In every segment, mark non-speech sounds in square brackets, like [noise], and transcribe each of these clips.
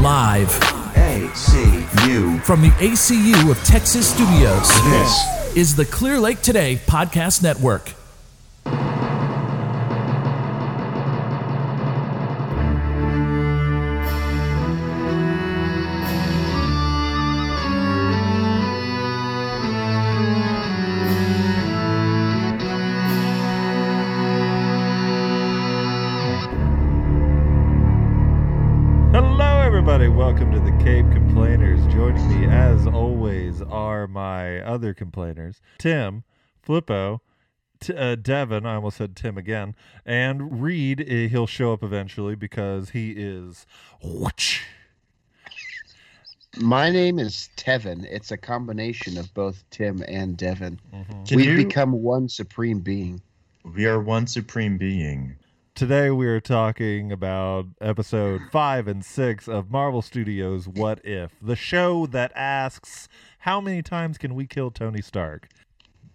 Live ACU. from the ACU of Texas Studios This is the Clear Lake Today Podcast Network. Hello, everybody. Welcome to the Cape Complainers. Joining me, as always, are my other complainers Tim, Flippo, t- uh, Devin. I almost said Tim again. And Reed, eh, he'll show up eventually because he is. My name is Tevin. It's a combination of both Tim and Devin. Can We've you? become one supreme being. we are one supreme being. Today, we are talking about episode five and six of Marvel Studios' What If, the show that asks, How many times can we kill Tony Stark?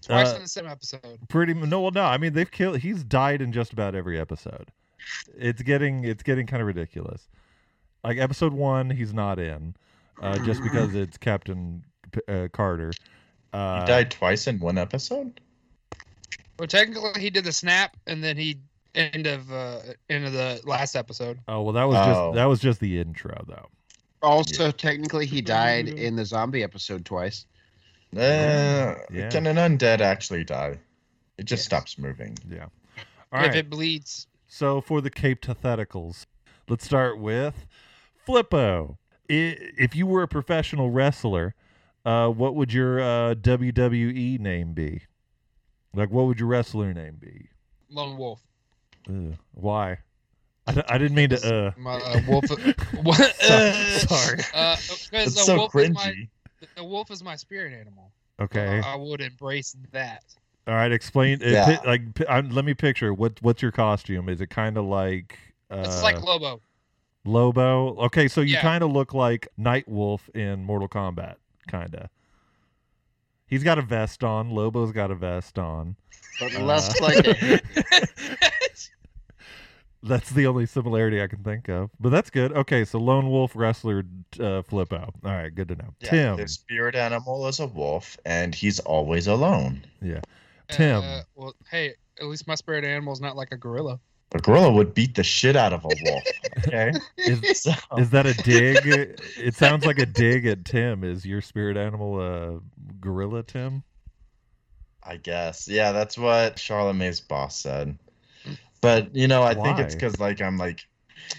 Twice Uh, in the same episode. pretty mu- no well no i mean they've killed he's died in just about every episode it's getting it's getting kind of ridiculous like episode one he's not in uh, just because it's captain P- uh, carter He uh, died twice in one episode. Well, technically, he did the snap, and then he end of uh, end of the last episode. oh well that was just Oh. that was just the intro though Also, technically, he died in the zombie episode twice. Uh, Yeah. Can an undead actually die? It just Yes. stops moving. yeah all if right it bleeds, so for the cape tetheticals let's start with flippo I- if you were a professional wrestler uh, what would your uh, wwe name be like what would your wrestler name be lone wolf. Ugh, why? I, d- I didn't mean to. Uh, My [laughs] uh, wolf. [laughs] what? So- sorry. Uh, 'cause It's the so wolf Is my, cringy. the wolf is my spirit animal. so Okay. I would embrace that. All right. Explain. uh, Yeah. pi- like, pi- I'm, let me picture. What What's your costume? Is it kind of like? Uh, It's like Lobo. Lobo. Okay, so you Yeah. kind of look like Night Wolf in Mortal Kombat, kind of. He's got a vest on. Lobo's got a vest on. But Uh. [laughs] less like a That's the only similarity I can think of. But that's good. Okay, so Lone Wolf wrestler uh, flip out. All right, good to know. Yeah, Tim. His spirit animal is a wolf, and he's always alone. Tim. Uh, well, hey, at least my spirit animal is not like a gorilla. A gorilla would beat the shit out [laughs] of a wolf. Okay. Is- So- Is that a [laughs] dig? it sounds like a dig at Tim. Is your spirit animal a gorilla, Tim? I guess. Yeah, that's what Charlemagne's boss said. But you know, I think it's Why? because like I'm like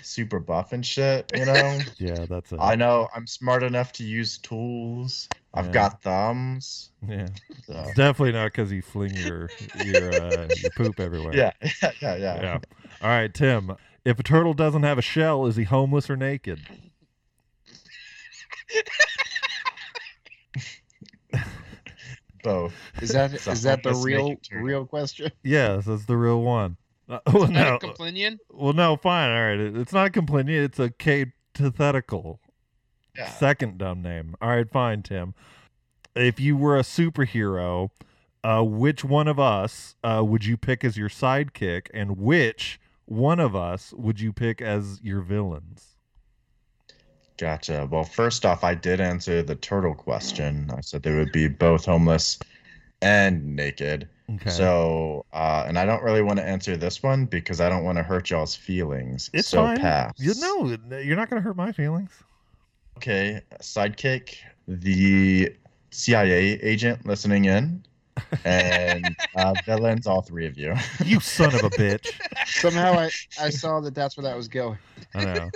super buff and shit. [laughs] You know. Yeah, that's a I know I'm smart enough to use tools. Yeah. I've got thumbs. yeah. So. It's definitely not because you fling your your uh, your poop everywhere. Yeah, [laughs] yeah, yeah, yeah. yeah. All right, Tim. If a turtle doesn't have a shell, is he homeless or naked? Both. is that It's a is that the homeless real naked turtle. real question? Yes, that's the real one. Uh, [laughs] well, Not a no, complenian. well, no, fine. All right, It- it's not complaining. It's a catethetical. Yeah. Second dumb name. All right, fine, Tim. If you were a superhero, uh, which one of us uh, would you pick as your sidekick, and which one of us would you pick as your villains? Gotcha. Well, first off, I did answer the turtle question. I said they would be both homeless and naked. Okay. So, uh, and I don't really want to answer this one because I don't want to hurt y'all's feelings. it's so fine. pass. You know, you're not going to hurt my feelings. Okay, sidekick, the CIA agent [laughs] listening in, and uh, villains, all three of you. You son of a bitch. Somehow I, I saw that that's where that was going. I know.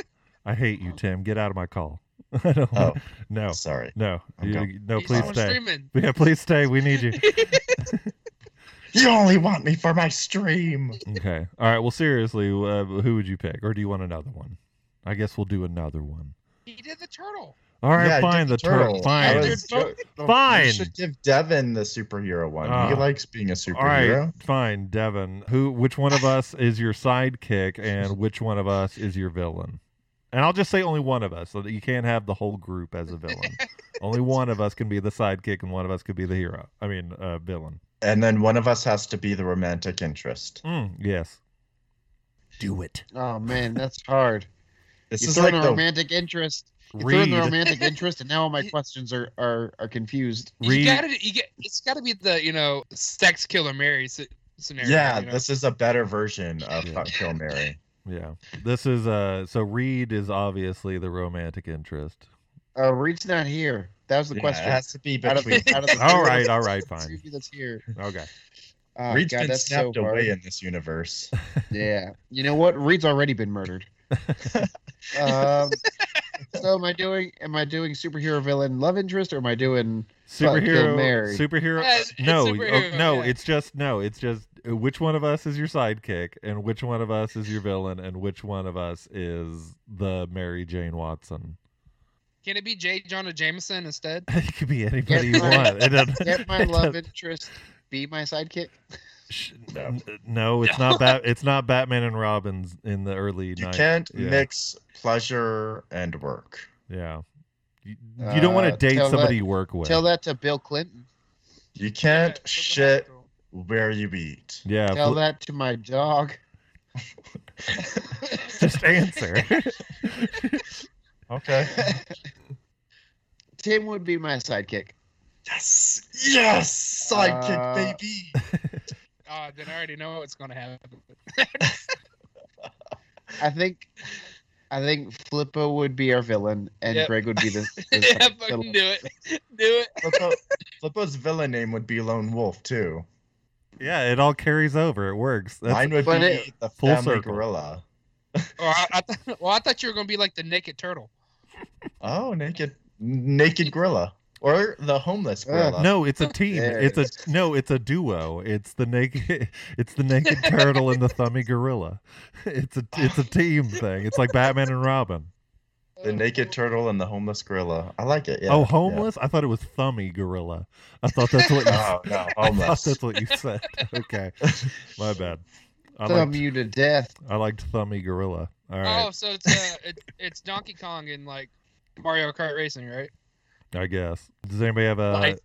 I hate you, Tim. Get out of my call. [laughs] I don't. Oh. want- No. Sorry. No. I'm You- no. He's Please someone stay. Streaming. Yeah. Please stay. We need you. You only want me for my stream. Okay. All right. Well, seriously, uh, who would you pick, or do you want another one? I guess we'll do another one. He did the turtle. All right. Yeah, I did fine. The, the turtle. turtle. Fine. I Dude, was- vote- fine. You should give Devin the superhero one. he Ah. likes being a All right. superhero. Fine, Devin. Who? Which one of us is your [laughs] sidekick, and which one of us is your villain? And I'll just say only one of us, so that you can't have the whole group as a [laughs] villain. only one of us can be the sidekick, and one of us could be the hero. I mean, uh, villain. And then one of us has to be the romantic interest. Mm, yes. Do it. Oh man, that's hard. This you is throw like in a the romantic interest You threw in the Reed. [laughs] romantic interest, and now all my questions are are, are confused. Reed. You gotta, you get, it's got to be the you know sex killer Mary sce- scenario. yeah, you know? this is a better version of Yeah. Fuck Kill Mary. Yeah. This is uh so Reed is obviously the romantic interest. Uh, Reed's not here. That was the Yeah, question. It has to be Out of [laughs] between. out of the All right, all right, fine. Suki that's here. Okay. Oh, Reed's God, been that's so snapped hard. away in this universe. [laughs] Yeah. You know what? Reed's already been murdered. um, so am I doing am I doing superhero villain love interest or am I doing Fuck, kill Superhero Mary. superhero Yeah, it's- it's No, superhero, oh, no, yeah. it's just no, it's just uh, which one of us is your sidekick and which one of us is your villain and which one of us is the Mary Jane Watson. [laughs] Can it be J. Jonah Jameson instead? It could be anybody you Get my- want. It doesn't- get [laughs] my it love doesn't- interest be my sidekick? Sh- No. n- No, it's not bat it's not Batman and Robin's in the early You 90s. can't yeah. mix pleasure and work. Yeah. You, you don't want Uh, to date tell somebody that- you work with. Tell that to Bill Clinton. You can't Yeah, shit where you eat. yeah, Tell uh, bl- that to my dog. [laughs] just answer. [laughs] Okay. Tim would be my sidekick. [laughs] yes. Yes. Sidekick, Uh, baby. Oh, then I already know what's gonna happen. I think I think Flippo would be our villain and Yep. Greg would be the, the [laughs] yeah, side villain. fucking do it. [laughs] Do it. Flippo, Flippo's villain name would be Lone Wolf too. yeah, it all carries over. It works. That's, Mine would be But it- the Full family circle. gorilla. Or I, I thought, [laughs] well, I thought you were gonna be like the naked turtle. Oh, naked, naked gorilla, or the homeless gorilla. no, it's a team. There It's a it no, it's a duo. It's the naked [laughs] it's the naked turtle and the thummy gorilla. [laughs] It's a it's a team thing. It's like Batman and Robin. the naked turtle and the homeless gorilla. I like it. [laughs] Yeah. oh, yeah. homeless? I thought it was thummy gorilla. [laughs] I thought that's what you [laughs] Oh no, I thought homeless. that's what you said. [laughs] Okay. [laughs] My bad. I Thumb liked, um, you to death. I liked Thummy Gorilla. All Oh, right. so it's uh, it, it's Donkey Kong and like Mario Kart racing, right? I guess. Does anybody have a? Uh, I Like-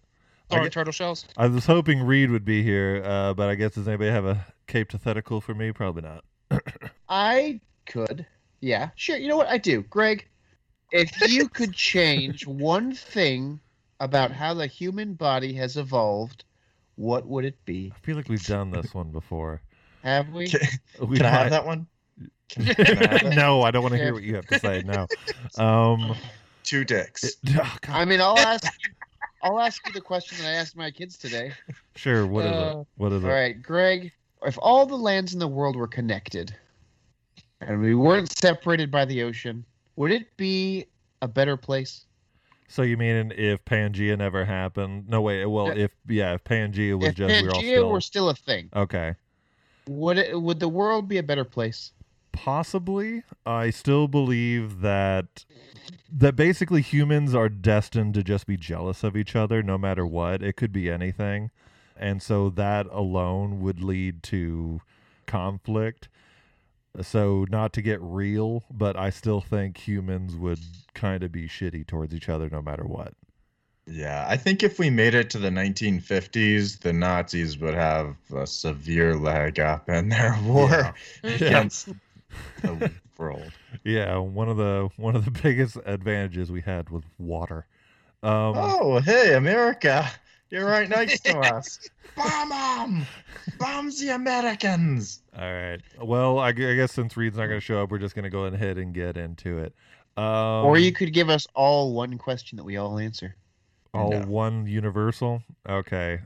Throwing get- turtle shells. was hoping Reed would be here, uh, but I guess does anybody have a cape cathetical for me? Probably not. I could. Yeah, sure. You know what? I do. Greg, if [laughs] you could change one thing about how the human body has evolved, what would it be? I feel like we've done this one before. Have we? Can, We can I have might- that one? [laughs] Can, can I have it? no, I don't want to hear what you have to say. No. Um, Two dicks. it- [laughs] oh, God. I mean, I'll ask [laughs] I'll ask you the question that I asked my kids today. sure. What is Uh, it? What is All it? right, Greg, if all the lands in the world were connected and we weren't separated by the ocean, would it be a better place? So you mean if Pangea never happened? No, wait. Well, Yeah. if yeah, if Pangea was If just we were all Pangea still were still a thing, okay. would it, would the world be a better place? possibly i still believe that that basically humans are destined to just be jealous of each other no matter what it could be anything and so that alone would lead to conflict so not to get real but i still think humans would kind of be shitty towards each other no matter what Yeah, I think if we made it to the 1950s, the Nazis would have a severe leg up in their [laughs] war Yeah. against the world. yeah one of the one of the [laughs] biggest advantages we had was water um Oh, hey, America, you're right next [laughs] to us. Bomb 'em! Bomb the Americans! All right. Well, I, gu- I guess since Reed's not going to show up, we're just going to go ahead and get into it. Um, or you could give us all one question that we all answer. [laughs] all No. one universal. Okay.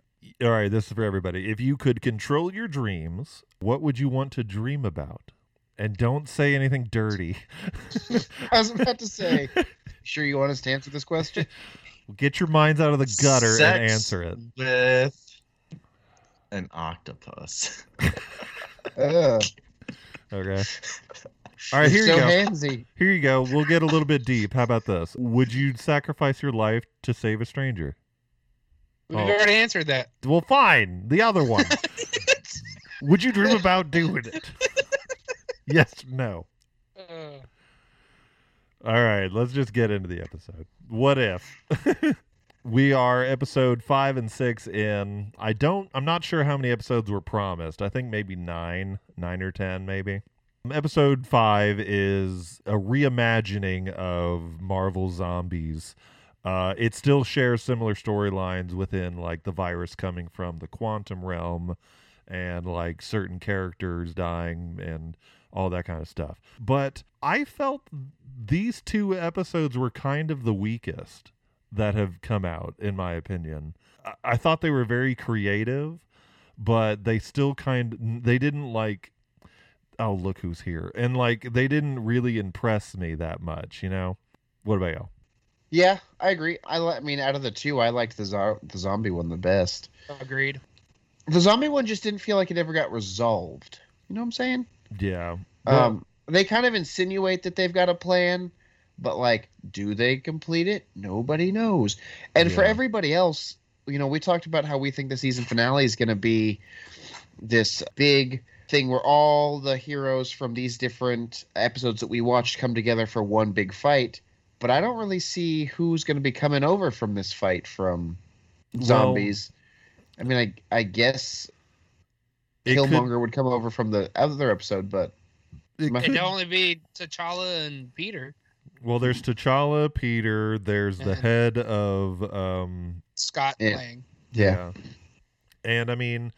All right. This is for everybody. If you could control your dreams, what would you want to dream about? And don't say anything dirty. I was about [laughs] to say, sure you want us to answer this question? Get your minds out of the gutter Sex and answer it. With an octopus. Ugh, [laughs] Okay. All right. Here it's so you go. handsy. Here you go. We'll get a little bit deep. How about this? Would you sacrifice your life to save a stranger? We've Oh. already answered that. Well, fine. The other one. Would you dream about doing it? [laughs] yes, no. Uh, All right, let's just get into the episode. What if? [laughs] we are episode 5 and 6 in. I don't I'm not sure how many episodes were promised. I think maybe 9, 9 or 10 maybe. Episode five is a reimagining of Marvel zombies. Uh, it still shares similar storylines within, like the virus coming from the quantum realm, and like certain characters dying and all that kind of stuff. But I felt these two episodes were kind of the weakest that have come out, in my opinion. I, I thought they were very creative, but they still kind they didn't like. Oh, look who's here! And like they didn't really impress me that much, you know. What about y'all? Yeah, I agree. I, li- I mean, out of the two, I liked the, zo- the zombie one the best. Agreed. The zombie one just didn't feel like it ever got resolved. You know what I'm saying? Yeah. um, they kind of insinuate that they've got a plan, but like, do they complete it? Nobody knows. And for Yeah. everybody else, you know, we talked about how we think the season finale is going to be this big thing where all the heroes from these different episodes that we watched come together for one big fight. But I don't really see who's going to be coming over from this fight from Well, zombies. I mean, I I guess it could- Killmonger would come over from the other episode, but it my- could- It'd only be T'Challa and Peter. Well, there's T'Challa, Peter. There's the Mm-hmm. Yeah. head of um, Scott Yeah. playing. yeah. And I mean,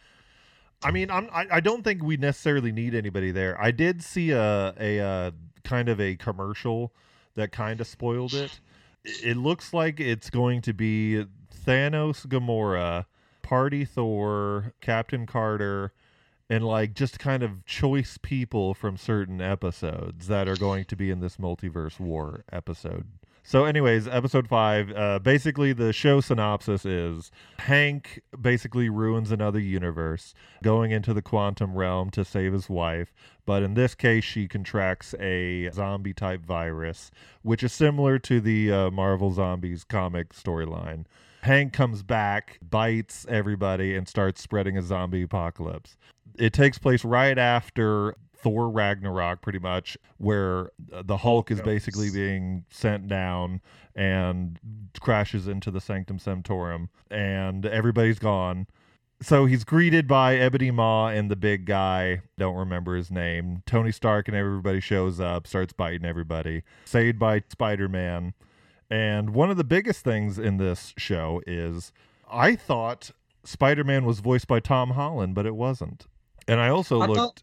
I mean, I'm I, I don't think we necessarily need anybody there. I did see a a uh, kind of a commercial that kind of spoiled it. I- It looks like it's going to be Thanos, Gamora, Party Thor, Captain Carter, and like just kind of choice people from certain episodes that are going to be in this multiverse war episode. So, anyways, episode five. Uh, basically, the show synopsis is Hank basically ruins another universe, going into the quantum realm to save his wife. But in this case, she contracts a zombie type virus, which is similar to the uh, Marvel Zombies comic storyline. Hank comes back, bites everybody, and starts spreading a zombie apocalypse. It takes place right after Thor Ragnarok, pretty much, where uh, the Hulk is Hulk basically goes. being sent down and crashes into the Sanctum Sanctorum, and everybody's gone. So he's greeted by Ebony Maw and the big guy, don't remember his name. Tony Stark and everybody shows up, starts biting everybody, saved by Spider Man. And one of the biggest things in this show is I thought Spider Man was voiced by Tom Holland, but it wasn't. And I also I looked. thought-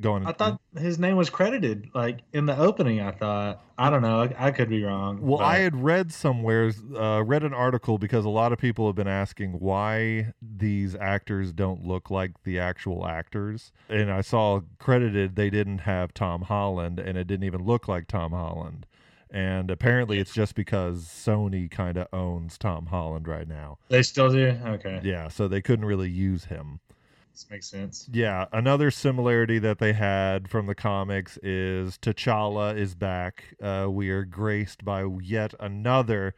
going. I thought his name was credited like in the opening. I thought I don't know. I, I could be wrong. Well, but- I had read somewhere, uh, read an article because a lot of people have been asking why these actors don't look like the actual actors. And I saw credited they didn't have Tom Holland and it didn't even look like Tom Holland. And apparently it's just because Sony kind of owns Tom Holland right now. they still do. Okay, Yeah, so they couldn't really use him. this makes sense. Yeah, another similarity that they had from the comics is T'Challa is back. Uh, we are graced by yet another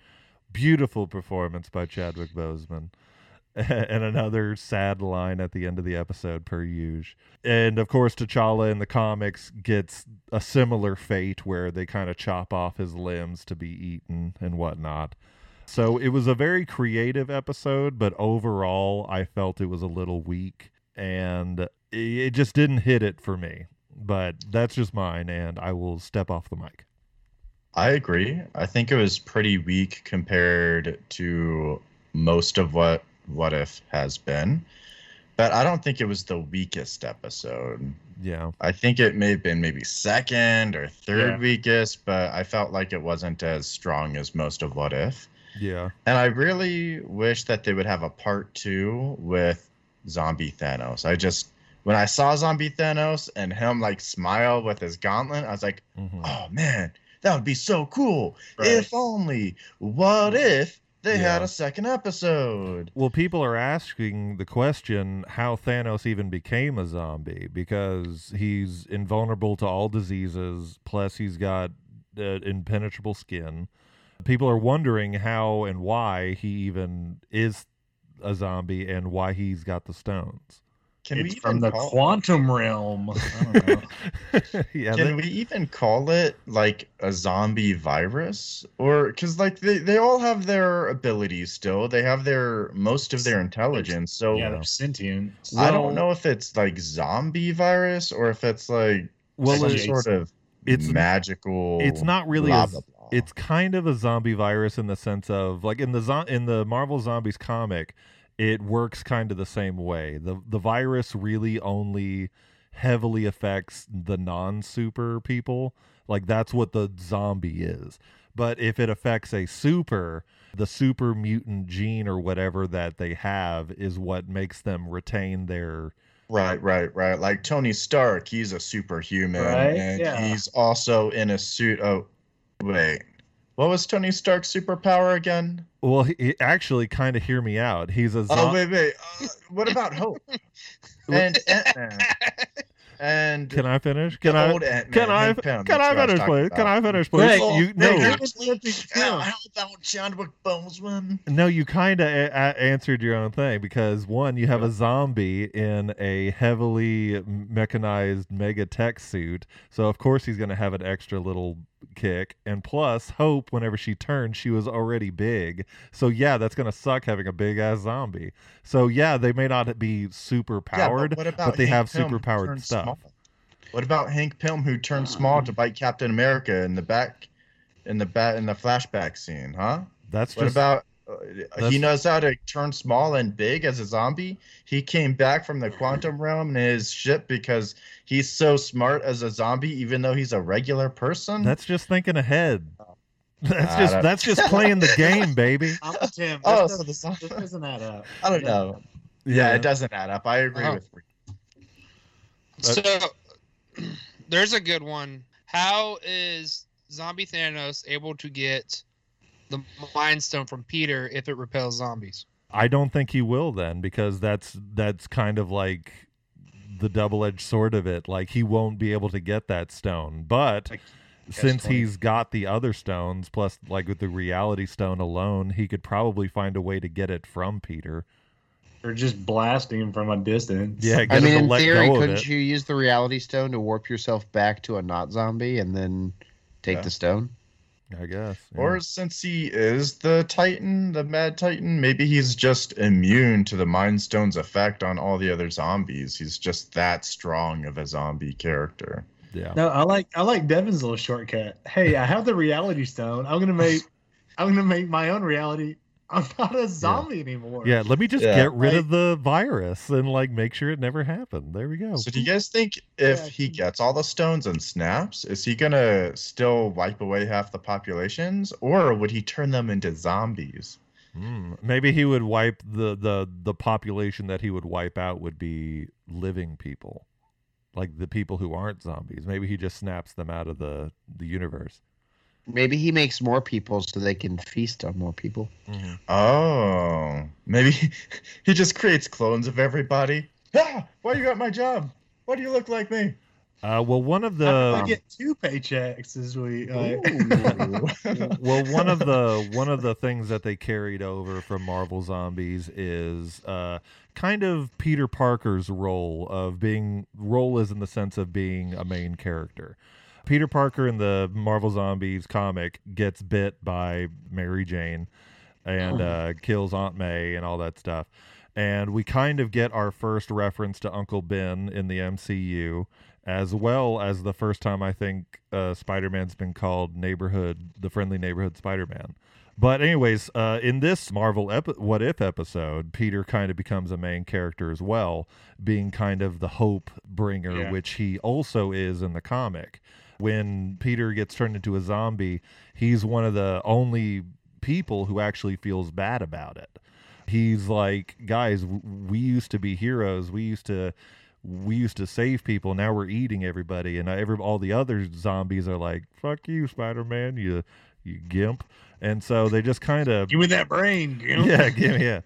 beautiful performance by Chadwick Boseman. [laughs] And another sad line at the end of the episode, per usual. And of course, T'Challa in the comics gets a similar fate where they kind of chop off his limbs to be eaten and whatnot. So it was a very creative episode, but overall, I felt it was a little weak and it- it just didn't hit it for me. But that's just mine, and I will step off the mic. I agree. I think it was pretty weak compared to most of what What If has been. But I don't think it was the weakest episode. Yeah. I think it may have been maybe second or third Yeah. weakest, but I felt like it wasn't as strong as most of What If. Yeah. And I really wish that they would have a part two with Zombie Thanos. I just, when I saw Zombie Thanos and him like smile with his gauntlet, I was like, Mhm. oh man, that would be so cool. Right. If only, what if they had Yeah. a second episode? Well, people are asking the question how Thanos even became a zombie because he's invulnerable to all diseases, plus, he's got uh, impenetrable skin. People are wondering how and why he even is a zombie and why he's got the stones. [laughs] Can it's we from even the call- quantum realm. I don't [laughs] know. yeah, Can they- we even call it like a zombie virus? Or because like they, they all have their abilities still. They have their most of their intelligence. So Um, yeah, they're sentient. I don't know if it's like zombie virus or if it's like Well, some it- sort of it's- magical. it's not really blah, a- blah, blah. it's kind of a zombie virus in the sense of like in the zo- in the Marvel Zombies comic, it works kind of the same way. The the virus really only heavily affects the non-super people. Like that's what the zombie is. But if it affects a super, the super mutant gene or whatever that they have is what makes them retain their Right, right, right. Like Tony Stark, he's a superhuman, Right, and yeah. he's also in a suit. Oh, wait, what was Tony Stark's superpower again? well, he, he- actually kind of hear me out. He's a Oh, zombie. wait, wait. Uh, what [laughs] about Hope and Ant Man? And can I finish? Can I old Ant-Man, Can I Hank Pym, can that's I who was finish, talking please? Can I about. finish, please? Right. You, They no, got- How how about Chadwick Boseman? no, you kind of a- a- answered your own thing because one, you have a zombie in a heavily mechanized mega tech suit, so of course he's going to have an extra little kick, and plus Hope, whenever she turned, she was already big, so yeah, that's going to suck having a big ass zombie. So yeah, they may not be super Yeah, powered, what about they have Pym who superpowered turned stuff. small? What about Hank Pym who Oh, turned small to bite Captain America in the back, in the bat in the flashback scene? Huh? that's What just about uh, that's- he knows how to turn small and big as a zombie? He came back from the quantum realm in his ship because he's so smart as a zombie, even though he's a regular person. that's just thinking ahead. That's Oh. I just don't- that's just playing the game, baby. I'm with Tim. Oh, This so does- the- this doesn't add up. [laughs] Uh-huh. I don't know. Yeah, it doesn't add up. I agree Oh. with you. So [clears throat] there's a good one. How is Zombie Thanos able to get the Mind Stone from Peter if it repels zombies? I don't think he will then because that's that's kind of like the double-edged sword of it. Like he won't be able to get that stone. But Like, since twenty. he's got the other stones plus like with the reality stone alone, he could probably find a way to get it from Peter. Or just blasting him from a distance. Yeah, get I mean, him to in let theory, go of couldn't it. you use the reality stone to warp yourself back to a not zombie and then take Yeah. the stone? I guess. yeah. Or since he is the Titan, the Mad Titan, maybe he's just immune to the Mind Stone's effect on all the other zombies. He's just that strong of a zombie character. yeah. No, I like I like Devin's little shortcut. Hey, I have the reality stone. I'm [laughs] gonna make I'm gonna make my own reality. I'm not a zombie anymore. Yeah, let me just Yeah. get rid of the virus and like make sure it never happened. There we go. So, do you guys think if Yeah, he he- gets all the stones and snaps, is he gonna still wipe away half the populations, or would he turn them into zombies? Mm, maybe he would wipe the, the the population that he would wipe out would be living people, like the people who aren't zombies. Maybe he just snaps them out of the the universe. Maybe he makes more people so they can feast on more people. Oh, maybe [laughs] he just creates clones of everybody. Ah, why you got my job? Why do you look like me? Uh, well, one of I, I the get two paychecks this week. Like, [laughs] well [laughs] one of the one of the things that they carried over from Marvel Zombies is uh, kind of Peter Parker's role of being role is in the sense of being a main character. Peter Parker in the Marvel Zombies comic gets bit by Mary Jane and uh, kills Aunt May and all that stuff. And we kind of get our first reference to Uncle Ben in the MCU, as well as the first time I think uh, Spider Man's been called neighborhood, the friendly neighborhood Spider Man. But anyways, uh, in this Marvel epi- What If episode, Peter kind of becomes a main character as well, being kind of the hope bringer, Yeah. which he also is in the comic. When Peter gets turned into a zombie, he's one of the only people who actually feels bad about it. He's like, guys, w- we used to be heroes. We used to we used to save people. Now we're eating everybody, and uh, every all the other zombies are like, "Fuck you, Spider Man, you you gimp." And so they just kind of Give me that brain. You [laughs] know? yeah, give me yeah.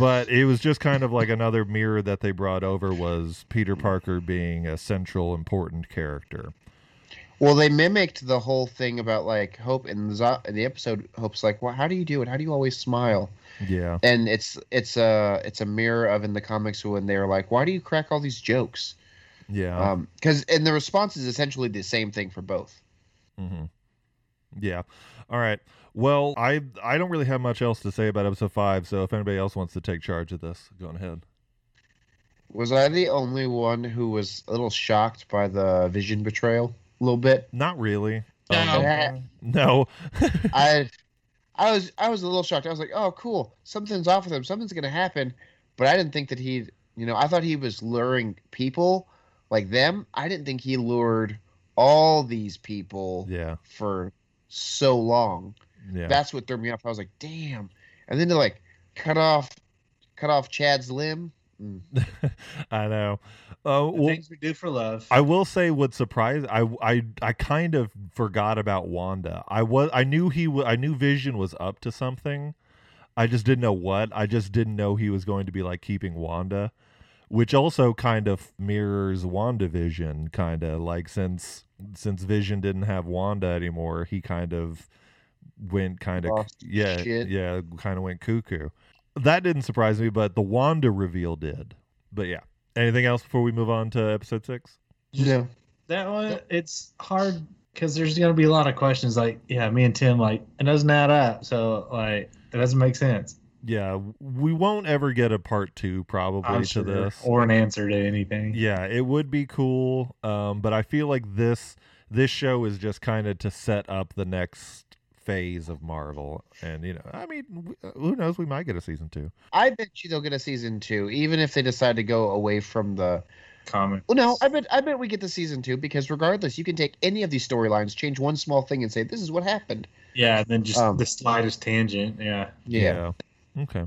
But it was just kind of like another mirror that they brought over was Peter Parker being a central important character. Well, they mimicked the whole thing about like Hope in the, zo- in the episode. Hope's like, "Well, how do you do it? How do you always smile?" Yeah. And it's it's a it's a mirror of in the comics when they're like, "Why do you crack all these jokes?" Yeah. Um, because and the response is essentially the same thing for both. Mm-hmm. Yeah. All right. Well, I I don't really have much else to say about episode five. So if anybody else wants to take charge of this, go on ahead. Was I the only one who was a little shocked by the Vision betrayal a little bit? Not really. No. That- No. I, I was I was a little shocked. I was like, oh, cool, something's off with him. Something's gonna happen. But I didn't think that he, you know, I thought he was luring people like them. I didn't think he lured all these people Yeah. for so long. Yeah. That's what threw me off. I was like, damn. And then to like cut off, cut off Chad's limb. Mm. I know. Uh, The well, things we did for love. I will say what surprised I I I kind of forgot about Wanda. I was I knew he wa- I knew Vision was up to something. I just didn't know what. I just didn't know he was going to be like keeping Wanda, which also kind of mirrors WandaVision kind of like since since Vision didn't have Wanda anymore, he kind of went kind of Lost yeah, shit. yeah, kind of went cuckoo. That didn't surprise me, but the Wanda reveal did. But yeah. Anything else before we move on to episode 6? No. That one, it's hard because there's going to be a lot of questions. Like, yeah, me and Tim, like, it doesn't add up. So, like, it doesn't make sense. yeah we won't ever get a part two probably I'm to sure, this Or an answer to anything. yeah it would be cool um but i feel like this this show is just kind of to set up the next phase of marvel and you know i mean w- uh, who knows we might get a season two I bet you they'll get a season two, even if they decide to go away from the. Comic. Well, no, I bet I bet we get the season two because regardless, you can take any of these storylines, change one small thing, and say this is what happened. Yeah, and then just Um, the slightest tangent. Yeah. Yeah. okay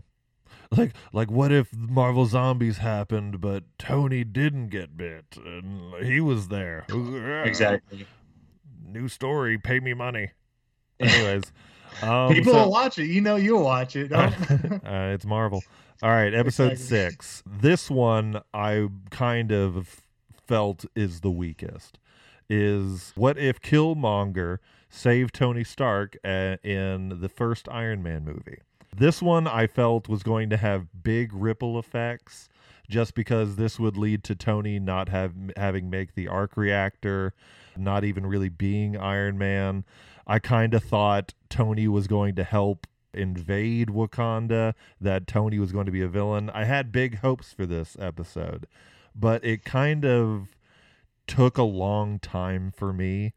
like like what if marvel zombies happened but tony didn't get bit and he was there Uh-huh. Exactly. new story pay me [laughs] money anyways um, People so- will watch it. You know, you'll watch [laughs] it. Don't? [laughs] uh, it's Marvel. All right, episode Exactly. six. This one I kind of felt is the weakest. Is what if Killmonger saved Tony Stark uh, in the first Iron Man movie? This one I felt was going to have big ripple effects just because this would lead to Tony not have having make the arc reactor, not even really being Iron Man. I kind of thought Tony was going to help invade Wakanda, that Tony was going to be a villain. I had big hopes for this episode, but it kind of took a long time for me.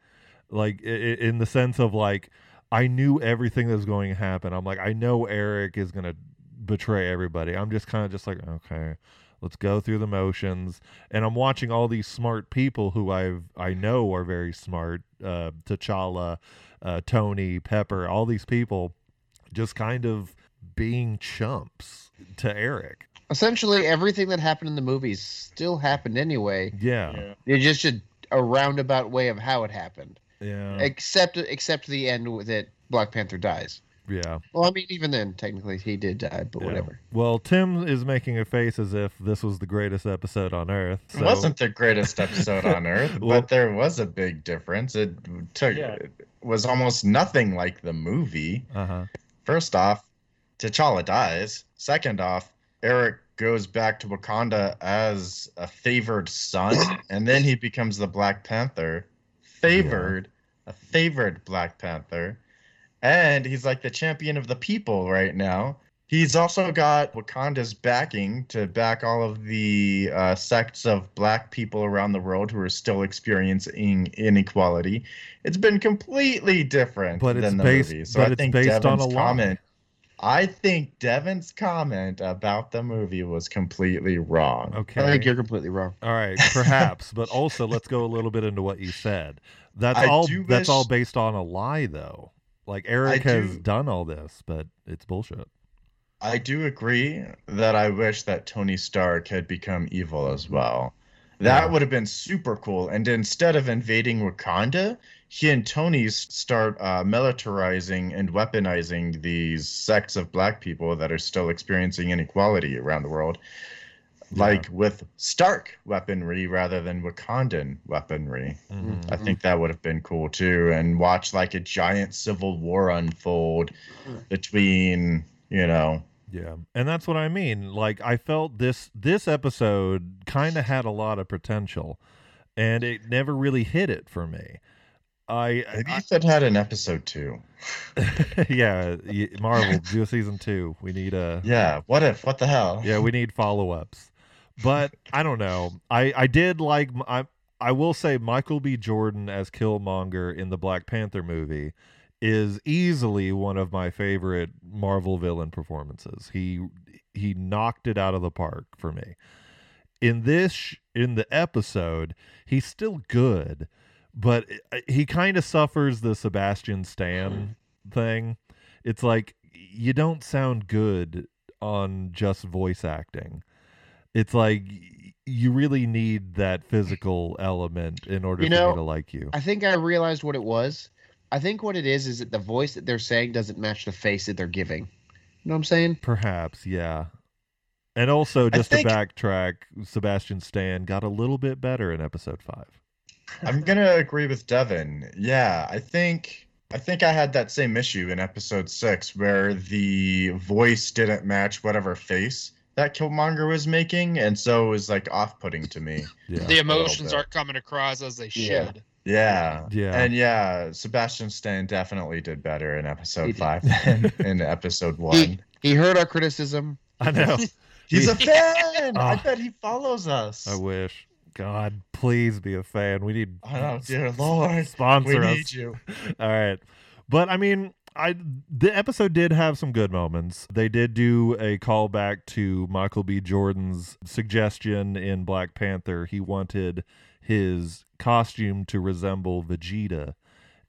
Like i- i- in the sense of like I knew everything that was going to happen. I'm like I know Eric is going to betray everybody. I'm just kind of just like okay, let's go through the motions and I'm watching all these smart people who I've I know are very smart, uh, T'Challa, uh, Tony, Pepper, all these people, just kind of being chumps to Eric. Essentially, everything that happened in the movies still happened anyway. Yeah, yeah. It's just a, a roundabout way of how it happened, yeah, yeah. except except the end with it. Black Panther dies. Well, I mean, even then, technically, he did die, but Yeah. whatever. Well, Tim is making a face as if this was the greatest episode on earth. It so- wasn't the greatest episode on [laughs] earth, Well- but there was a big difference. It took Yeah. it was almost nothing like the movie. Uh-huh. First off, T'Challa dies. Second off, Eric goes back to Wakanda as a [coughs] favored son, and then he becomes the Black Panther. Favored, a favored Black Panther. And he's like the champion of the people right now. He's also got Wakanda's backing to back all of the uh, sects of black people around the world who are still experiencing inequality. It's been completely different But than it's the based- movie. So but I it's think based on Devin's a lie. comment. I think Devin's comment about the movie was completely wrong. Okay. I think you're completely wrong. All right, perhaps, but also let's go a little bit into what you said. That's I all. do That's wish- all based on a lie, though. Like Eric I has do- done all this, but it's bullshit. I do agree that I wish that Tony Stark had become evil as well. That Yeah. would have been super cool. And instead of invading Wakanda, he and Tony s- start uh, militarizing and weaponizing these sects of black people that are still experiencing inequality around the world, like with Stark weaponry rather than Wakandan weaponry. Mhm. I think that would have been cool too, and watch like a giant civil war unfold between, you know, Yeah. And that's what I mean. Like I felt this this episode kind of had a lot of potential and it never really hit it for me. I, maybe I- if it had an episode two. [laughs] yeah, y- Marvel do a season 2. We need a Yeah, what if? What the hell? Yeah, we need follow-ups. but I don't know. I I did like I I will say Michael B. Jordan as Killmonger in the Black Panther movie is easily one of my favorite Marvel villain performances. He he knocked it out of the park for me. In this sh- in the episode, he's still good, but it- he kind of suffers the Sebastian Stan thing. It's like you don't sound good on just voice acting it's like y- you really need that physical element in order You for know, me to like you. I think I realized what it was. I think what it is is that the voice that they're saying doesn't match the face that they're giving. You know what I'm saying? Perhaps, yeah. And also, I just think- to backtrack, Sebastian Stan got a little bit better in episode five. I'm gonna agree with Devin. Yeah, I think I think I had that same issue in episode six where the voice didn't match whatever face that Killmonger was making, and so it was like off-putting to me. Yeah, the emotions bit. aren't coming across as Yeah. they [laughs] should. Yeah. yeah. And yeah, Sebastian Stan definitely did better in He episode did. five [laughs] than in episode He, one. he heard our criticism. [laughs] I know. He's a fan. I Oh. bet he follows us. I wish. God, please be a fan. We need. I know, dear Lord. [laughs] We Sponsor us. need you. All right. But I mean, I the episode did have some good moments. They did do a callback to Michael B. Jordan's suggestion in Black Panther. He wanted his costume to resemble Vegeta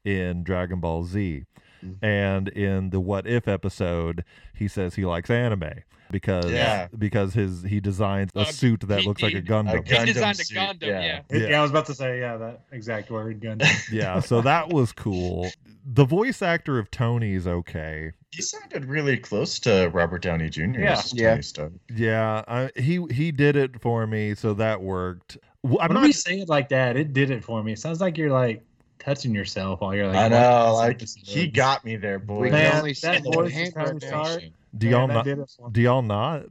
in Dragon Ball Z. Mm-hmm. Mhm. And in the What If episode, he says he likes anime because Yeah. because his he designs a Uh, suit that he- looks like he- a Gundam. A Gundam he designed suit, a Gundam, yeah. yeah. Yeah. Yeah. I was about to say, yeah, that exact [laughs] word. Gundam. yeah, so that was cool. The voice actor of Tony is okay. He sounded really close to Robert Downey Jr. Yeah. Yeah. Yeah, I, he he did it for me, so that worked. Well, I'm when not. we say it like that, it did it for me. It sounds like you're like touching yourself while you're like. I watching know, this like episode. he got me there, boy. We Man, can only see that the voice is hand kinda right now. sorry. do Man, y'all that not? did it for me. Do y'all not?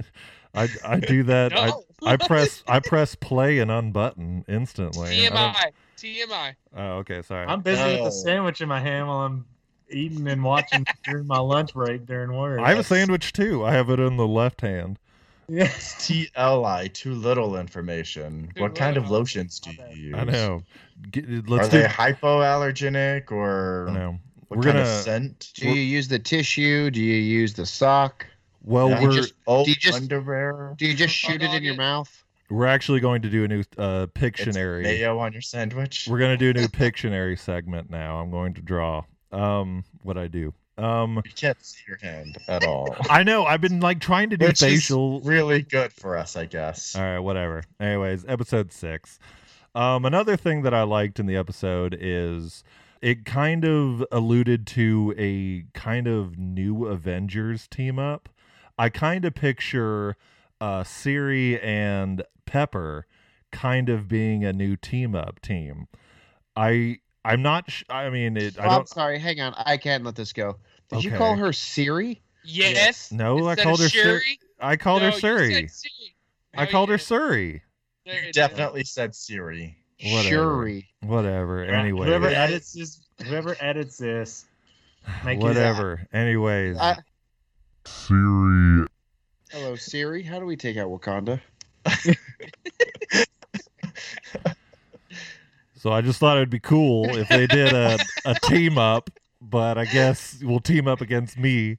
[laughs] I I do that. No. I I [laughs] press I press play and unbutton instantly. I don't- TMI. TMI. Oh, okay, sorry. I'm busy with No. a sandwich in my hand while I'm eating and watching during my lunch break during work. I have a sandwich too. I have it in the left hand. [laughs] Yeah. TLI, too little information. Too what kind of little. lotions do My bad. you use? I know. Get, Are let's do. they hypoallergenic or I know. what We're kind of gonna- scent? Do you use the tissue? Do you use the sock? Well, Yeah, we're just- oh, do you just- underwear. Do you just shoot it in your Dog it. mouth? we're actually going to do a new uh It's Pictionary. mayo on your sandwich. We're gonna do a new Pictionary segment now. I'm going to draw. Um, what I do. Um, You can't see your hand at [laughs] all. I know. I've been like trying to do Which is facial. really good for us, I guess. All right, whatever. Anyways, episode six. Um, another thing that I liked in the episode is it kind of alluded to a kind of new Avengers team up. I kind of picture uh, Siri and Pepper kind of being a new team up team. I I'm not. Sh- I mean, it. I Oh, I'm don't. sorry. Hang on. I can't let this go. Did you Okay. call her Siri? Yes. No, I Instead of called her Sir- Sherry. I called No, her you Siri. said Siri. I No, called you her didn't. Siri. There it You is. definitely said Siri. Whatever. Shuri. Whatever. Anyway. whoever Yeah. edits this, whoever edits this, make it- Whatever. Anyways, I- Hello, Siri. How do we take out Wakanda? so I just thought it'd be cool if they did a, a team up, but I guess we'll team up against me.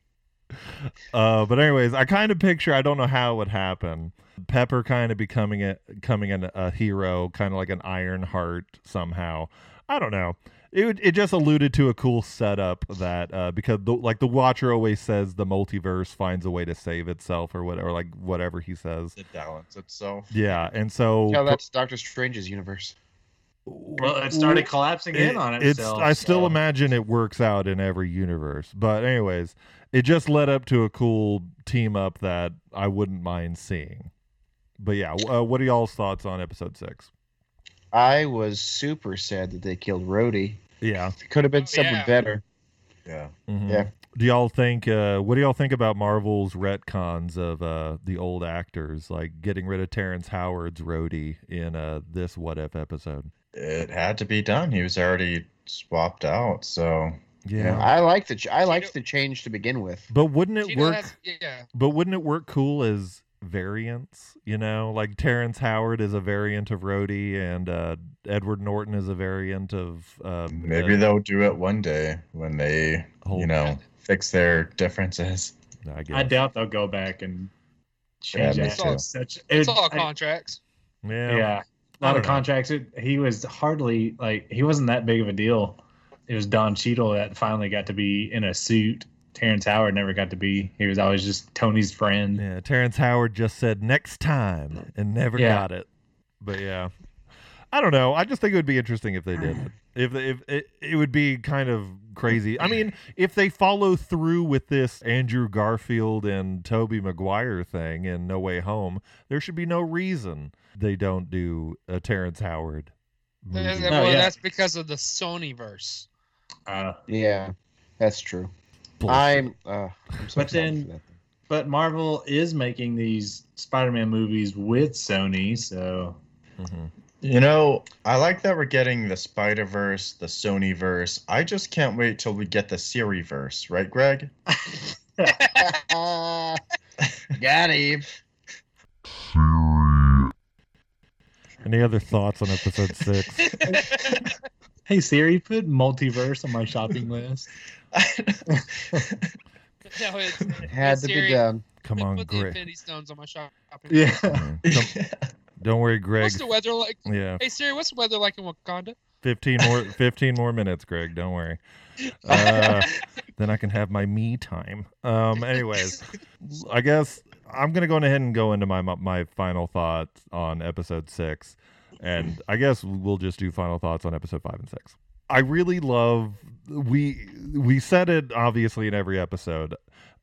Uh, but anyways, I kind of picture I don't know how it would happen. Pepper kind of becoming a coming an, a hero, kind of like an Iron Heart somehow. I don't know. It would- it just alluded to a cool setup that uh, because the, like the Watcher always says, the multiverse finds a way to save itself or whatever, like whatever he says. It balanced itself. Yeah, and so No, that's Doctor Strange's universe. Well, it started collapsing in on It- it's- itself. I still so- imagine it works out in every universe. But anyways, it just led up to a cool team up that I wouldn't mind seeing. But yeah, w- uh, what are y'all's thoughts on episode six? I was super sad that they killed Rhodey. Yeah. It could have been Oh, someone yeah. better. Yeah. Mhm. Yeah. Do y'all think? Uh, what do y'all think about Marvel's retcons of uh, the old actors, like getting rid of Terrence Howard's Rhodey in uh, this What If episode? It had to be done. He was already swapped out, so Yeah. I like the ch- I liked the change to begin with. But wouldn't it Tito work? has- yeah. But wouldn't it work cool as variants, you know, like Terrence Howard is a variant of Rhodey, and uh, Edward Norton is a variant of uh, Maybe uh, they'll do it one day when they, Hulk. you know, fix their differences. I I guess. doubt they'll go back and change Yeah, me that. too. Such It's it- all I- contracts. yeah. I yeah, a lot don't of know. contracts. It, he was hardly like he wasn't that big of a deal. It was Don Cheadle that finally got to be in a suit. Terrence Howard never got to be. He was always just Tony's friend. Yeah, Terrence Howard just said next time and never Yeah. got it. But yeah, I don't know. I just think it would be interesting if they did it. If if it, it would be kind of crazy. I mean, if they follow through with this Andrew Garfield and Toby Maguire thing in No Way Home, there should be no reason they don't do a Terrence Howard. Movie. That's- No, well, yeah. that's because of the Sony verse. Uh, Yeah, that's true. Bullshit. I'm. Uh, I'm so But excited then- for that. but Marvel is making these Spider-Man movies with Sony, so Mhm. You know, I like that we're getting the Spider Verse, the Sony Verse. I just can't wait till we get the Siri Verse, right, Greg? Ah, [laughs] got him. Any other thoughts on episode six? [laughs] hey Siri, put multiverse on my shopping list. [laughs] No, it's, Had to Siri, be done. Come put on, the Greg. Infinity Stones on my shopping. [laughs] yeah, Come- don't worry, Greg. What's the weather like? Yeah, Hey Siri, what's the weather like in Wakanda? 15 more 15 more minutes greg don't worry uh, then i can have my me time um anyways i guess i'm gonna go ahead and go into my my final thoughts on episode six and i guess we'll just do final thoughts on episode five and six i really love we we said it obviously in every episode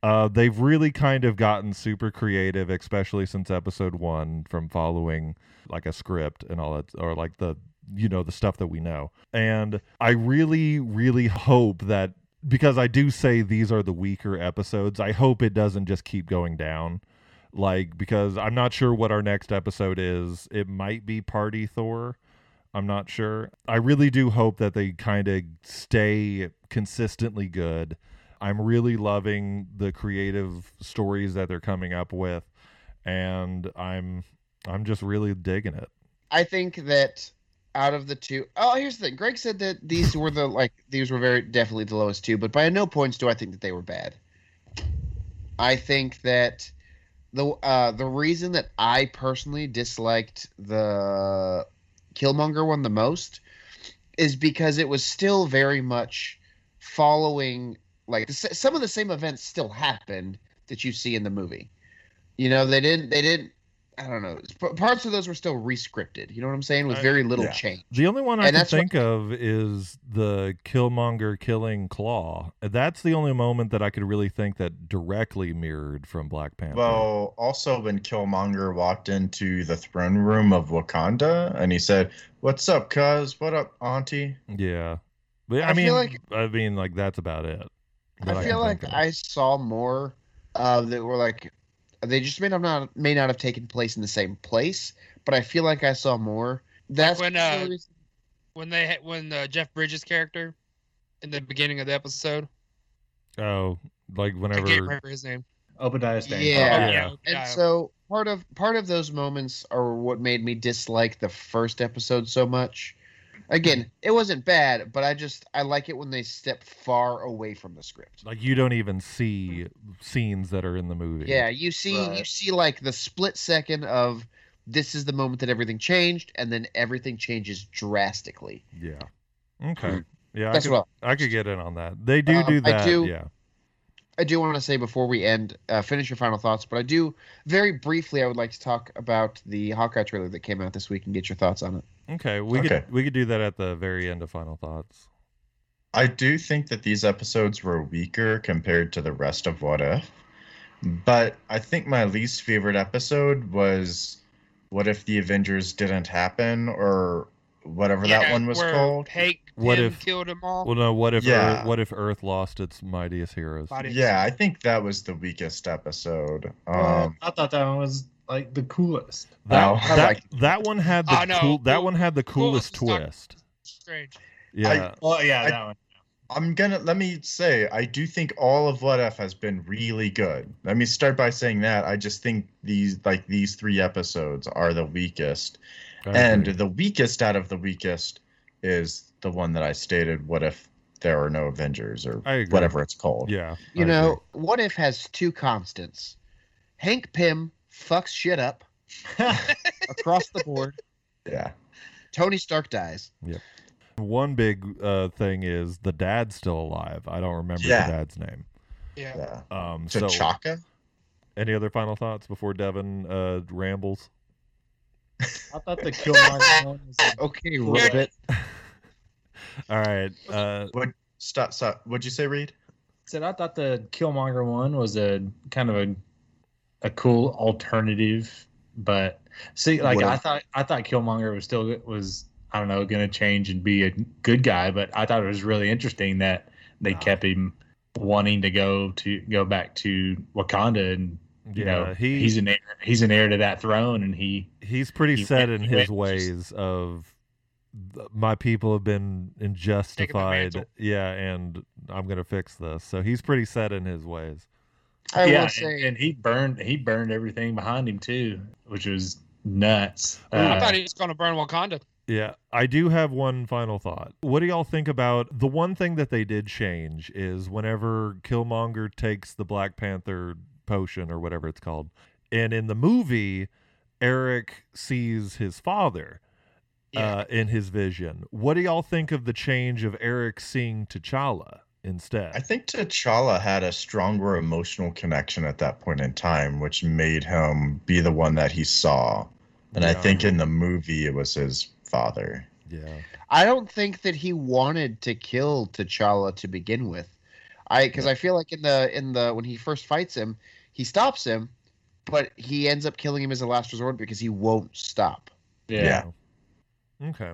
uh, they've really kind of gotten super creative, especially since episode one, from following like a script and all that, or like the you know the stuff that we know and i really really hope that because i do say these are the weaker episodes i hope it doesn't just keep going down like because i'm not sure what our next episode is it might be party thor i'm not sure i really do hope that they kind of stay consistently good i'm really loving the creative stories that they're coming up with and i'm i'm just really digging it I think that out of the two, oh, here's the thing. Greg said that these were the like these were very definitely the lowest two, but by no points do I think that they were bad. I think that the uh, the reason that I personally disliked the Killmonger one the most is because it was still very much following like the, s- some of the same events still happened that you see in the movie. You know, they didn't they didn't I don't know. P- Parts of those were still rescripted. You know what I'm saying? With I- very little yeah. change. The only one I And can that's what- think of is the Killmonger killing Claw. That's the only moment that I could really think that directly mirrored from Black Panther. Well, also when Killmonger walked into the throne room of Wakanda and he said, "What's up, cuz? What up, auntie?" yeah, but I, I mean, feel like- I mean, like that's about it. that I can feel like think of. I saw more uh, that were like they just may not may not have taken place in the same place, but I feel like I saw more. That's when, the uh, reason- When they had- when uh, Jeff Bridges character in the beginning of the episode, oh, like I can't whenever. remember his name. Obadiah Stane. Yeah. Yeah. and so part of part of those moments are what made me dislike the first episode so much. Again, it wasn't bad, but I just I like it when they step far away from the script. Like you don't even see scenes that are in the movie. Yeah, you see, you Right. see, like the split second of this is the moment that everything changed, and then everything changes drastically. yeah. Okay. Yeah, I Hmm. That's could, what I could get in on that. They do Um, do I that. do- Yeah. I do want to say before we end, uh, finish your final thoughts, but I do very briefly. I would like to talk about the Hawkeye trailer that came out this week and get your thoughts on it. Okay. We Okay. could we could do that at the very end of final thoughts. I do think that these episodes were weaker compared to the rest of What If, but I think my least favorite episode was What If the Avengers Didn't Happen or whatever that one was where called. Hank What Pym if- killed them Oh. all? Well, no. What if Yeah. Earth, what if Earth lost its mightiest heroes? Body- Yeah, I think that was the weakest episode. Well, Um, I thought that one was like the coolest. That, Wow. I that, Oh. like that one had the Oh, no. cool, that Cool- one had the cool coolest was Doctor twist. Strange. Yeah. Oh yeah, I- that one. I'm gonna let me say I do think all of What If has been really good. Let me start by saying that I just think these like these three episodes are the weakest, I and agree. the weakest out of the weakest is the one that I stated. What if there are no Avengers or I agree. whatever it's called? yeah, You I know, what if has two constants? Hank Pym fucks shit up across the board. [laughs] Yeah. Tony Stark dies. agree. one big uh, thing is the dad's still alive. I don't remember Yeah. the dad's name. Yeah. Yeah. Um, so, T'Chaka. any other final thoughts before Devin uh, rambles? I thought [laughs] the Killmonger one was a Okay, Well, Ribbit. All right, uh, What? Stop. Stop. What'd you say, Reed? said I thought the Killmonger one was a kind of a a cool alternative, but see, like I Well- thought I thought Killmonger was still was I don't know going to change and be a good guy, but I thought it was really interesting that they Ah. kept him wanting to go to go back to Wakanda and you yeah, know he he's an heir he's an heir to that throne and he he's pretty he set in went- he his went just- ways of th- my people have been injustified mantle. yeah and i'm gonna fix this so he's pretty set in his ways I yeah will and, say and he burned he burned everything behind him too, which was nuts. I Uh, thought he was going to burn Wakanda. Yeah, I do have one final thought. What do y'all think about the one thing that they did change is whenever Killmonger takes the Black Panther potion or whatever it's called, and in the movie, Eric sees his father uh, in his vision. What do y'all think of the change of Eric seeing T'Challa instead? I think T'Challa had a stronger emotional connection at that point in time, which made him be the one that he saw. And I Yeah. think in the movie, it was his father. yeah, I don't think that he wanted to kill T'Challa to begin with. I because I feel like in the in the when he first fights him, he stops him, but he ends up killing him as a last resort because he won't stop. Yeah. okay,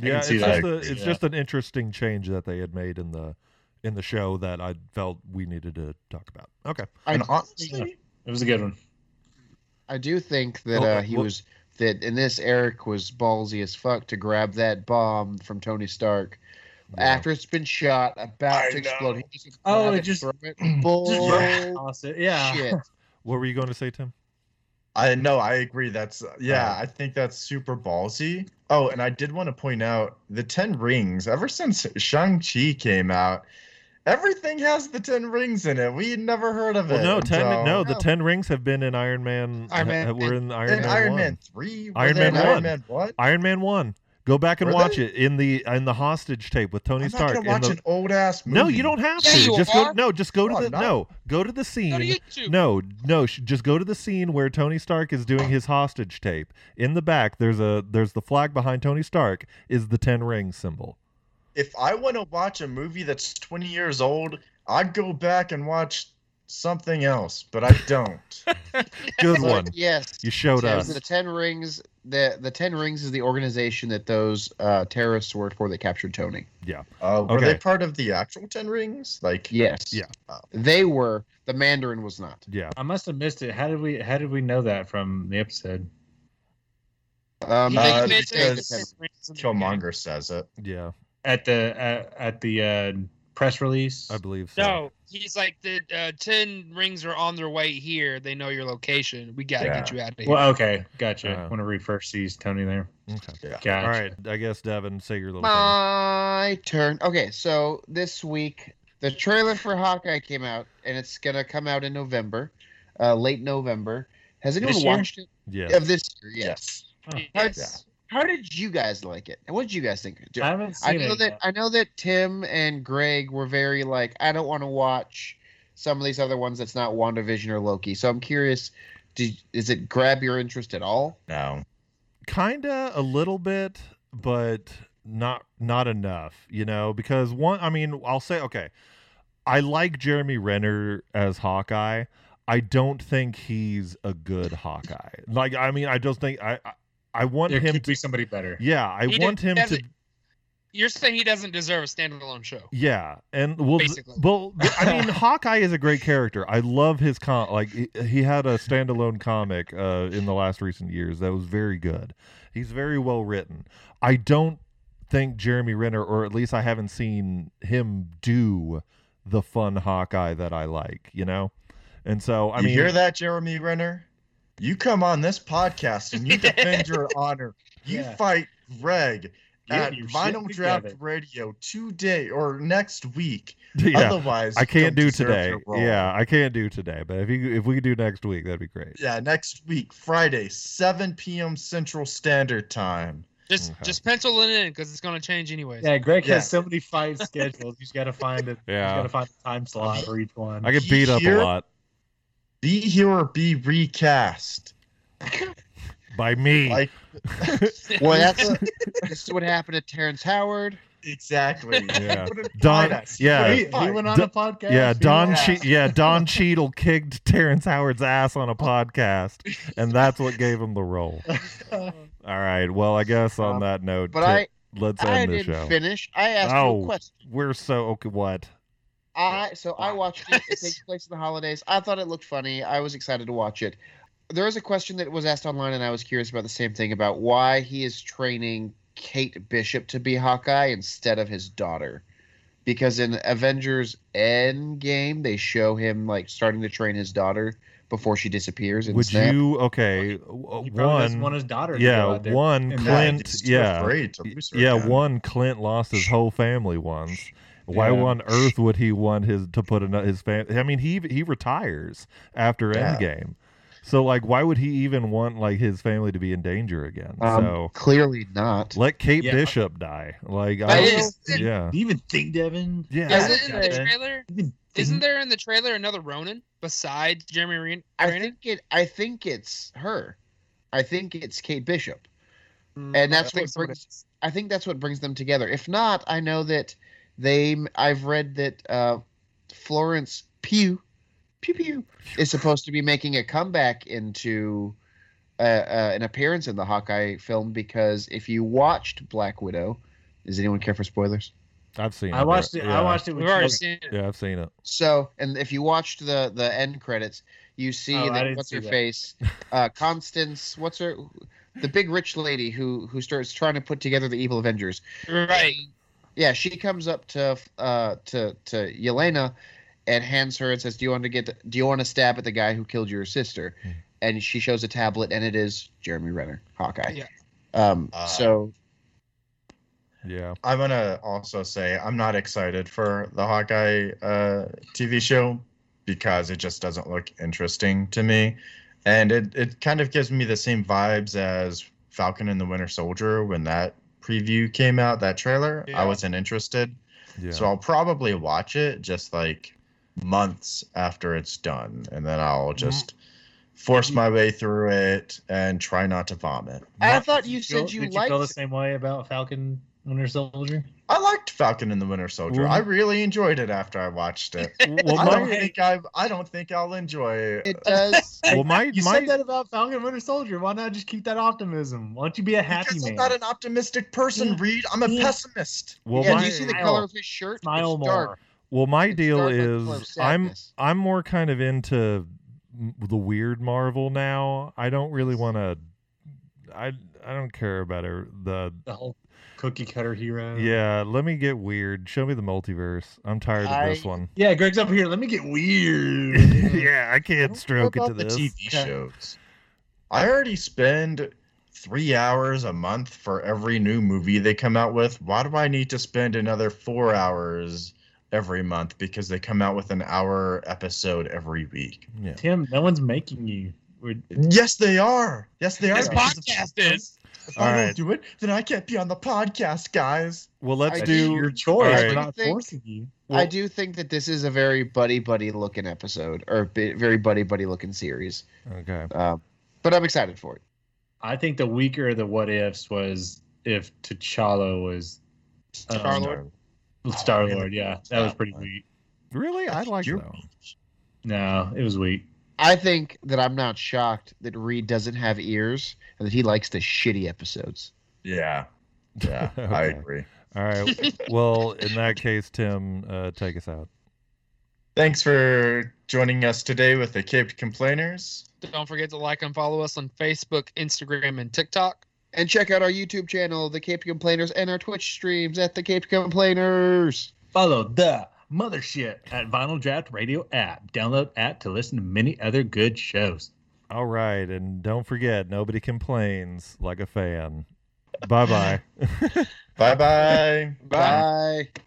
yeah. It's, see just, that. a, it's Yeah. just an interesting change that they had made in the in the show that I felt we needed to talk about. Okay. I And do think- honestly, it was a good one. I do think that Oh, uh, he what- was that in this Eric was ballsy as fuck to grab that bomb from Tony Stark Yeah. after it's been shot about I to explode. know. He doesn't Oh, grab it [clears throat] just- throw it. Yeah. bull Yeah. shit. What were you going to say, Tim? I know, I agree. That's, yeah, Uh, I think that's super ballsy. Oh, and I did want to point out the 10 rings, ever since Shang-Chi came out, everything has the 10 rings in it. We had never heard of Well, it. no, ten. until- no, the No. ten rings have been in Iron Man. Iron Man. ha- We're in Iron In Man. Iron 1. Man 3? Were Iron they in Man Iron 1. Man what? Iron Man One. Go back and Were watch they? it in the in the hostage tape with Tony I'm not Stark. going to in watch the- an old-ass movie. no, you don't have Yeah, to. you just go. are. No, just go to No, the I'm not. no. Go to the scene. Go to YouTube. Hmm. No, no, sh- just go to the scene where Tony Stark is doing his hostage tape. In the back, there's a there's the flag behind Tony Stark is the ten ring symbol. if I want to watch a movie that's 20 years old, I'd go back and watch something else, but I [laughs] don't. Good But one. Yes. You showed Tim, us. The Ten Rings. The the Ten Rings is the organization that those uh, terrorists worked for that captured Tony. Uh, were they Okay. part of the actual Ten Rings? Like, Yes. Yeah. They were. The Mandarin was not. Yeah. I must have missed it. How did we how did we know that from the episode? Um, He Uh, they- did mention they- because- different reasons in the Killmonger says it. Yeah. At the uh, at the uh, press release. I believe so. beginning. No, he's like the uh, ten rings are on their way here. They know your location. We gotta get you out of here. Well, okay, gotcha. Uh. Want to read first? Sees Tony there. Okay. Gotcha. All right. I guess Devin, say your little. thing. Um, My turn. Okay, so this week the trailer for Hawkeye came out, and it's gonna come out in November, uh, late November. Has anyone This year? watched it Yeah. of this year? Yes. Yes. How did you guys like it? And what did you guys think? Do- I haven't I seen know it. that yet. I know that Tim and Greg were very like, I don't want to watch some of these other ones that's not WandaVision or Loki. So I'm curious, did is it grab your interest at all? No. kinda a little bit but not not enough you know because one i mean i'll say okay i like jeremy renner as hawkeye i don't think he's a good hawkeye like i mean i just think i i, I want There him could to be somebody better. yeah i He want him didn't to have You're saying he doesn't deserve a standalone show. yeah and well th- Basically. well th- i mean hawkeye is a great character i love his con like he, he had a standalone comic uh in the last recent years that was very good he's very well written i don't think Jeremy Renner, or at least I haven't seen him do the fun Hawkeye that I like, you know? And so, I you mean, hear that, Jeremy Renner? You come on this podcast and you [laughs] defend your honor. You Yeah. fight Greg Get at your shit Vinyl Draft together. Radio today or next week. [laughs] yeah, Otherwise, I you can't don't do deserve today. your role. Yeah, I can't do today. But if you if we could do next week, that'd be great. Yeah, next week, Friday, 7 p.m. Central Standard Time. Just Okay. just pencil it in because it's gonna change anyways. Yeah, Greg Yeah. has so [laughs] many fights scheduled. He's got to find it. Yeah. He's got to find a time slot for each one. I get beat up a Here- lot Be here or [laughs] be recast. by me. Like, Well, that's this is what happened to Terrence Howard. exactly. [laughs] Yeah. Put it Don- behind us. yeah. Great he, he fight. went on D- a podcast. yeah, he Don. was- ass. Che- yeah, Don Cheadle kicked Terrence Howard's ass on a podcast, and that's what gave him the role. All right. Well, I guess on Um, that note, But t- I let's I end the didn't show. finish. I asked you Oh. a question. We're so okay. What? I so I watched it. It takes place in the holidays. I thought it looked funny. I was excited to watch it. There was a question that was asked online, and I was curious about the same thing about why he is training Kate Bishop to be Hawkeye instead of his daughter. Because in Avengers Endgame, they show him like starting to train his daughter before she disappears. In Would Snap. you? Okay. w- He probably doesn't One. want his daughter. To go yeah. out there. One. And Yeah, Clint. he's too Yeah. Afraid to lose her Yeah. again. One. Clint lost his whole family once. Why Yeah. on earth would he want his to put another his family? I mean, he he retires after Yeah. Endgame, so like, why would he even want like his family to be in danger again? Um, so Clearly not. let Kate Yeah. Bishop die. Like, I I, That don't- is- it- yeah, Do you even think, Devin? yeah. Is I it in the think- trailer? You even Isn't think- there in the trailer another Ronin besides Jeremy Ren- I Renner? think it. I think it's her. I think it's Kate Bishop. Mm, and that's I think what somebody- brings i think that's what brings them together if not i know that they i've read that uh florence pugh pew pew is supposed to be making a comeback into uh, uh, an appearance in the hawkeye film because if you watched black widow does anyone care for spoilers I've seen. I it, watched but- it. yeah. I watched it. With We've already you. seen it. Yeah, I've seen it. so and if you watched the the end credits you see Oh, I that didn't what's see her that. face [laughs] uh constance what's her the big rich lady who who starts trying to put together the evil avengers Right. Yeah, she comes up to uh to to Yelena and hands her and says, "Do you want to get? do you want to stab at the guy who killed your sister?" Hmm. And she shows a tablet, and it is Jeremy Renner, Hawkeye. Yeah. Um. Uh. Ah. so Yeah, I'm gonna also say I'm not excited for the Hawkeye uh, TV show because it just doesn't look interesting to me, and it it kind of gives me the same vibes as Falcon and the Winter Soldier when that preview came out, that trailer. Yeah. I wasn't interested, yeah. [laughs] so I'll probably watch it just like months after it's done, and then Mm-hmm. I'll just force my way through it and try not to vomit. I Not- thought did you said you feel- did liked feel the it. same way about Falcon Winter Soldier. I liked Falcon and the Winter Soldier. Well- I Mm-hmm. really enjoyed it after I watched it. well, I don't my, think I. I don't think I'll enjoy it. [laughs] it does. well, my, You my said that about Falcon Winter Soldier. Why not just keep that optimism? Why don't you be a happy because man? I'm not an optimistic person, Yeah. Reed. I'm a Yeah. pessimist. well, yeah. my, Do you see the Smile. color of his shirt? Smile It's more. dark. well, my It's deal dark like the color of is I'm sadness. I'm more kind of into m- the weird Marvel now. I don't really want to. I I don't care about her, the The whole cookie cutter hero. yeah. Let me get weird. Show me the multiverse. I'm tired of this I- one. [laughs] Yeah, Greg's up here. Let me get weird. yeah, I can't stroke What into about the this. TV shows. I already spend three hours a month for every new movie they come out with. Why do I need to spend another four hours every month because they come out with an hour episode every week? Yeah. Tim, no one's making you. We're, Yes, they are. Yes, they are. This because of- podcast is. If All I right. don't do it, then I can't be on the podcast, guys. Well, let's I do. your choice. Alright. We're not Think- forcing you. I well, do think that this is a very buddy buddy looking episode, or bi- very buddy buddy looking series. Okay. Um, but I'm excited for it. I think the weaker of the what ifs was if T'Challa was Star Lord. Star Lord. Yeah, that was pretty weak. Really, I like that You're- one. No, it was weak. I think that I'm not shocked that Reed doesn't have ears and that he likes the shitty episodes. Yeah. Yeah, [laughs] I Okay. agree. All right. Well, in that case, Tim, uh, take us out. Thanks for joining us today with the Caped Complainers. Don't forget to like and follow us on Facebook, Instagram, and TikTok. And check out our YouTube channel, The Cape Complainers, and our Twitch streams at The Cape Complainers. Follow the mothership at Vinyl Draft Radio app. Download app to listen to many other good shows. All right, and don't forget, nobody complains like a fan. Bye bye. Bye bye. Bye.